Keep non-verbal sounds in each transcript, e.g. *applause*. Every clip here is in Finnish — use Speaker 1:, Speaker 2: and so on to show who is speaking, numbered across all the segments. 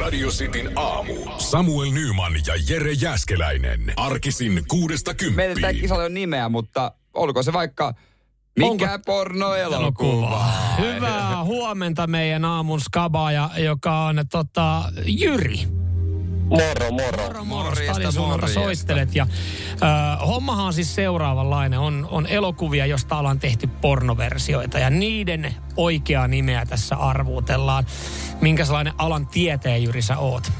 Speaker 1: Radio Cityn aamu. Samuel Nyman ja Jere Jäskeläinen. Arkisin kuudesta
Speaker 2: Meillä ei
Speaker 1: kymppiin.
Speaker 2: tällä kisalla ole nimeä, mutta olko se vaikka mikä pornoelokuva?
Speaker 3: Hyvää huomenta meidän aamun skabaaja, joka on tota, Jyri.
Speaker 4: Moro, moro.
Speaker 2: Morjesta,
Speaker 3: Stadin suunnalta
Speaker 2: morjesta.
Speaker 3: soistelet. Ja, ö, hommahan on siis seuraavanlainen. On, on elokuvia, josta ollaan tehty pornoversioita ja niiden oikeaa nimeä tässä arvuutellaan. Minkä sellainen alan tieteen Jyri sä oot?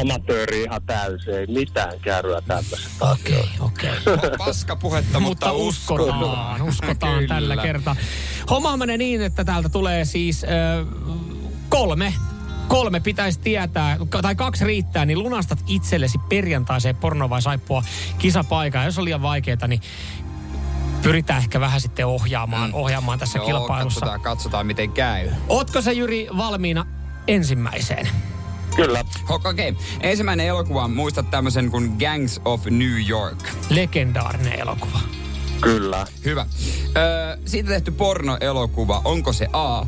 Speaker 4: Amatööri ihan täysi, ei mitään kärryä tämmöisestä.
Speaker 3: Okei, okay, okei. Okay.
Speaker 2: Paska puhetta,
Speaker 3: mutta
Speaker 2: mutta
Speaker 3: uskotaan, uskotaan
Speaker 2: Kyllä.
Speaker 3: tällä kertaa. Homma menee niin, että täältä tulee siis ö, kolme. Kolme pitäisi tietää, ka- tai kaksi riittää, niin lunastat itsellesi perjantaiseen porno vai saippua kisapaikaa. Jos on liian vaikeaa, niin pyritään ehkä vähän sitten ohjaamaan,
Speaker 2: Mm.
Speaker 3: ohjaamaan tässä
Speaker 2: Joo,
Speaker 3: kilpailussa.
Speaker 2: Katsotaan, katsotaan, miten käy.
Speaker 3: Ootko sä Jyri valmiina ensimmäiseen?
Speaker 4: Kyllä,
Speaker 2: Okei, okay. ensimmäinen elokuva on muista tämmöisen kuin Gangs of New York.
Speaker 3: Legendaarinen elokuva. *laughs*
Speaker 4: kyllä.
Speaker 2: Hyvä. Öö, siitä tehty pornoelokuva, onko se A.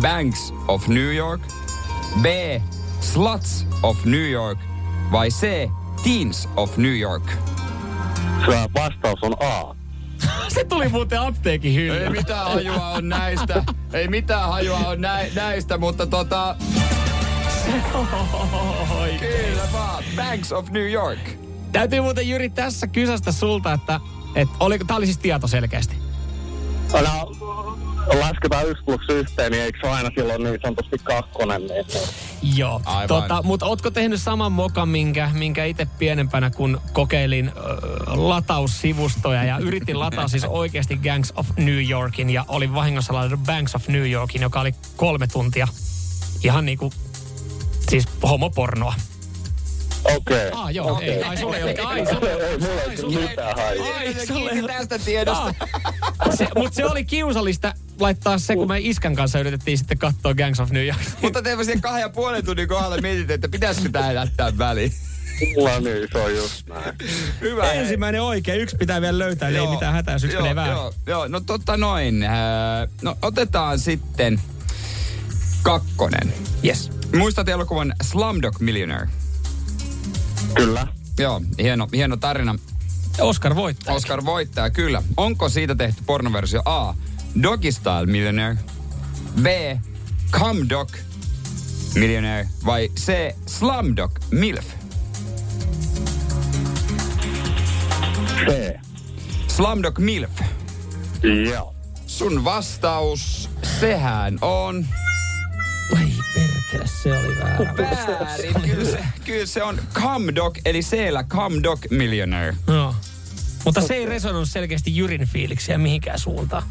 Speaker 2: Banks of New York, B. Sluts of New York vai C. Teens of New York?
Speaker 4: Se vastaus on A.
Speaker 3: Se tuli muuten apteekin hyllyltä.
Speaker 2: mitään hajua on näistä. Ei mitään hajua on näistä, mutta tota... Kyllä vaan. Banks of New York.
Speaker 3: Täytyy muuten Jyri tässä kysästä sulta, että, että oliko, tää oli siis tieto selkeästi.
Speaker 4: No, lasketaan yksi plus yhteen, niin eikö se aina silloin niin sanotusti kakkonen? Niin.
Speaker 3: Joo.
Speaker 2: Aivan.
Speaker 3: Tota, mutta ootko tehnyt saman mokan, minkä, minkä itse pienempänä, kun kokeilin äh, lataussivustoja ja yritin lataa siis oikeasti Gangs of New Yorkin ja olin vahingossa ladannut Banks of New Yorkin, joka oli kolme tuntia. Ihan niinku, siis homopornoa.
Speaker 4: Okei.
Speaker 3: Ah, joo,
Speaker 4: Okei.
Speaker 3: ei, ai, sulla ei ole- ai, sulla-
Speaker 4: Ei, ei, mulla ei
Speaker 3: sulla-
Speaker 4: mitään hajua.
Speaker 3: Ai, sulla ei
Speaker 2: Kiitos
Speaker 3: ole-
Speaker 2: tästä tiedosta.
Speaker 3: Mutta se oli kiusallista laittaa se, kun me iskän kanssa yritettiin sitten katsoa Gangs of New York.
Speaker 2: Mutta te siihen kahden ja puolen tunnin kohdalla mietit, että pitäisikö tähän jättää väliin.
Speaker 4: No niin, se on just näin.
Speaker 2: Hyvä. hei.
Speaker 3: Ensimmäinen oikein, yksi pitää vielä löytää, eli ei
Speaker 2: Joo,
Speaker 3: mitään hätää, jos yksi
Speaker 2: joo,
Speaker 3: menee väärin.
Speaker 2: Joo, joo, no tota noin. Öö, No otetaan sitten kakkonen.
Speaker 3: Yes.
Speaker 2: Muistat elokuvan Slumdog Millionaire?
Speaker 4: Kyllä.
Speaker 2: Joo, hieno, hieno tarina.
Speaker 3: Oscar voittaa.
Speaker 2: Oscar voittaja, kyllä. Onko siitä tehty pornoversio A. Doggy Style Millionaire, B. Come Dog Millionaire vai C. Slumdog Milf?
Speaker 4: Se.
Speaker 2: Slumdog Milf.
Speaker 4: Joo.
Speaker 2: Sun vastaus, sehän on...
Speaker 3: Ai perkele, se oli väärä.
Speaker 2: Väärin, kyllä se, kyllä se on Come Dog, eli siellä Come Dog Millionaire.
Speaker 3: No. Mutta se ei resonoinut selkeästi Jyrin fiiliksiä mihinkään suuntaan.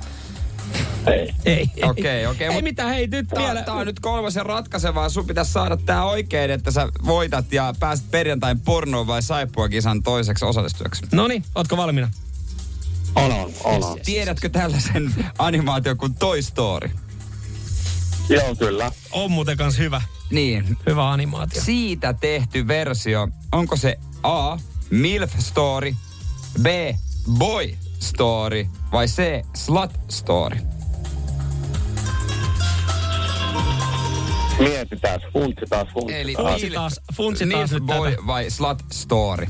Speaker 4: Ei.
Speaker 3: Ei. ei.
Speaker 2: Okei, okei,
Speaker 3: Ei
Speaker 2: mut-
Speaker 3: mitään, hei nyt vielä.
Speaker 2: Tää, tää on nyt kolmasen ratkaisevaa. Sun pitäisi saada tää oikein, että sä voitat ja pääset perjantain pornoon vai saippuakisan toiseksi osallistujaksi.
Speaker 3: Noniin, ootko valmiina?
Speaker 4: On, on, on. on.
Speaker 2: Tiedätkö tällaisen animaation kuin Toy Story?
Speaker 4: Joo, kyllä.
Speaker 3: On muuten kans hyvä.
Speaker 2: Niin.
Speaker 3: Hyvä animaatio.
Speaker 2: Siitä tehty versio, onko se A. Milf Story, B. Boy Story vai C. Slut Story?
Speaker 4: Mietitään, funtsi taas, funtsi
Speaker 2: Eli
Speaker 4: taas.
Speaker 3: Funtsi taas- funtsi taas
Speaker 2: Milf
Speaker 3: nyt
Speaker 2: Boy
Speaker 3: tätä.
Speaker 2: vai Slut Story?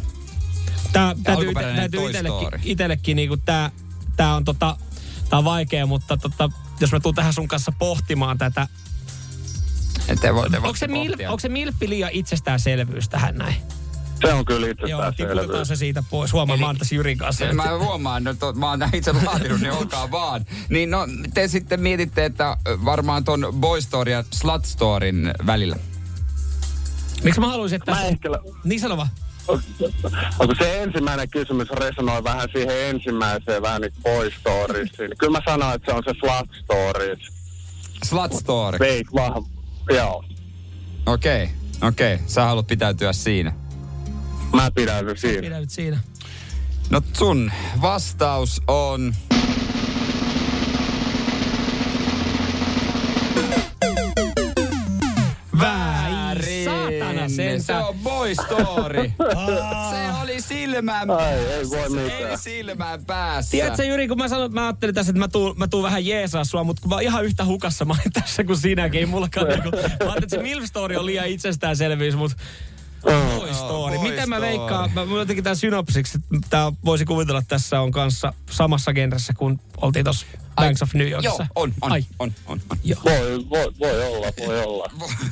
Speaker 3: Tää, täytyy, ite,
Speaker 2: alkuperäinen
Speaker 3: täytyy
Speaker 2: Toy
Speaker 3: itellekin,
Speaker 2: Story.
Speaker 3: itellekin niinku tää, tää on tota, tää on vaikea, mutta tota, jos mä tuun tähän sun kanssa pohtimaan tätä.
Speaker 2: Te voi, te
Speaker 3: Onko se, mil,
Speaker 2: pohtia.
Speaker 3: onko se milppi liian itsestäänselvyys tähän näin?
Speaker 4: Se on kyllä
Speaker 3: Joo, tiputetaan
Speaker 4: itsestäänselvyys.
Speaker 3: se siitä pois. Huomaan, mä oon tässä Jyrin kanssa. nyt.
Speaker 2: Mä huomaan, nyt on- mä oon nää itse laatinut, niin olkaa vaan. Niin no, te sitten mietitte, että varmaan ton Boy Story ja Slut Storyn välillä.
Speaker 3: Miksi mä haluaisin, että...
Speaker 4: Mä ehkä lä-
Speaker 3: Niin sano vaan.
Speaker 4: Onko se ensimmäinen kysymys resonoi vähän siihen ensimmäiseen, vähän niin boy storiesiin? Kyllä mä sanoin, että se on se flat stories.
Speaker 2: Slut Story.
Speaker 4: Veit vahva. Joo.
Speaker 2: Okei, okay, okei. Okay. Sä haluat pitäytyä siinä.
Speaker 4: Mä pidän siinä.
Speaker 3: Pidä nyt siinä.
Speaker 2: No sun vastaus on...
Speaker 3: Väärin. Saatana,
Speaker 2: Sen se on boy story. se oli silmän
Speaker 4: Ai, ei voi
Speaker 2: päässä.
Speaker 4: mitään.
Speaker 2: Ei silmään päässä.
Speaker 3: Tiedätkö Jyri, kun mä sanoin, mä ajattelin tässä, että mä tuun, mä tuun vähän jeesaa sua, mutta kun mä oon ihan yhtä hukassa mä olin tässä kuin sinäkin, ei mullakaan niinku, mä ajattelin, että se milf story on liian itsestäänselvyys, mutta
Speaker 4: Mm.
Speaker 3: boy story.
Speaker 2: boy
Speaker 3: Miten mä
Speaker 2: story.
Speaker 3: veikkaan, mä, mulla jotenkin tää synopsiksi, että tää voisi kuvitella, että tässä on kanssa samassa genressä kuin oltiin tossa Banks of New
Speaker 2: Joo,
Speaker 3: Yorkissa.
Speaker 2: on, on,
Speaker 3: Ai,
Speaker 2: on, on, on.
Speaker 4: Voi, voi, voi olla, voi olla.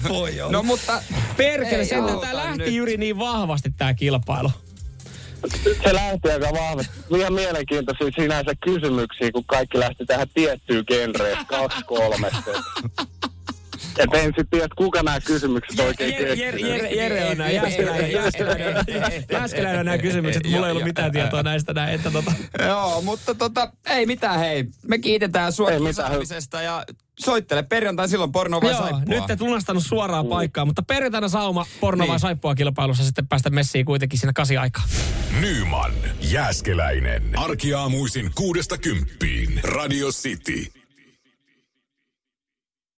Speaker 3: voi olla.
Speaker 2: No mutta...
Speaker 3: Perkele,
Speaker 2: Ei
Speaker 3: sen
Speaker 2: auta
Speaker 3: tää lähti
Speaker 2: nyt.
Speaker 3: Jyri niin vahvasti tää kilpailu.
Speaker 4: Se lähti aika vahvasti. Ihan mielenkiintoisia sinänsä kysymyksiä, kun kaikki lähti tähän tiettyyn genreen, kaksi kolmesta. Et en sit tiedä, että kuka nämä kysymykset oikein
Speaker 3: Jere, Jere,
Speaker 4: keksii.
Speaker 3: Jere, Jere on nää, Jääskeläinen, Jääskeläinen, Jääskeläinen on nää kysymykset. Mulla ei ollut mitään tietoa näistä näin, että tota...
Speaker 2: Joo, mutta tota, ei mitään hei. Me kiitetään sua
Speaker 4: Ei mitään.
Speaker 2: kiusaamisesta ja soittele perjantai silloin porno vai
Speaker 3: Joo,
Speaker 2: saippua.
Speaker 3: nyt et lunastanut suoraan paikkaa, mutta perjantaina sauma porno
Speaker 2: Niin.
Speaker 3: vai saippua kilpailussa sitten päästä messiin kuitenkin siinä kasi aikaa.
Speaker 1: Nyman Jääskeläinen. Arkiaamuisin kuudesta kymppiin. Radio City.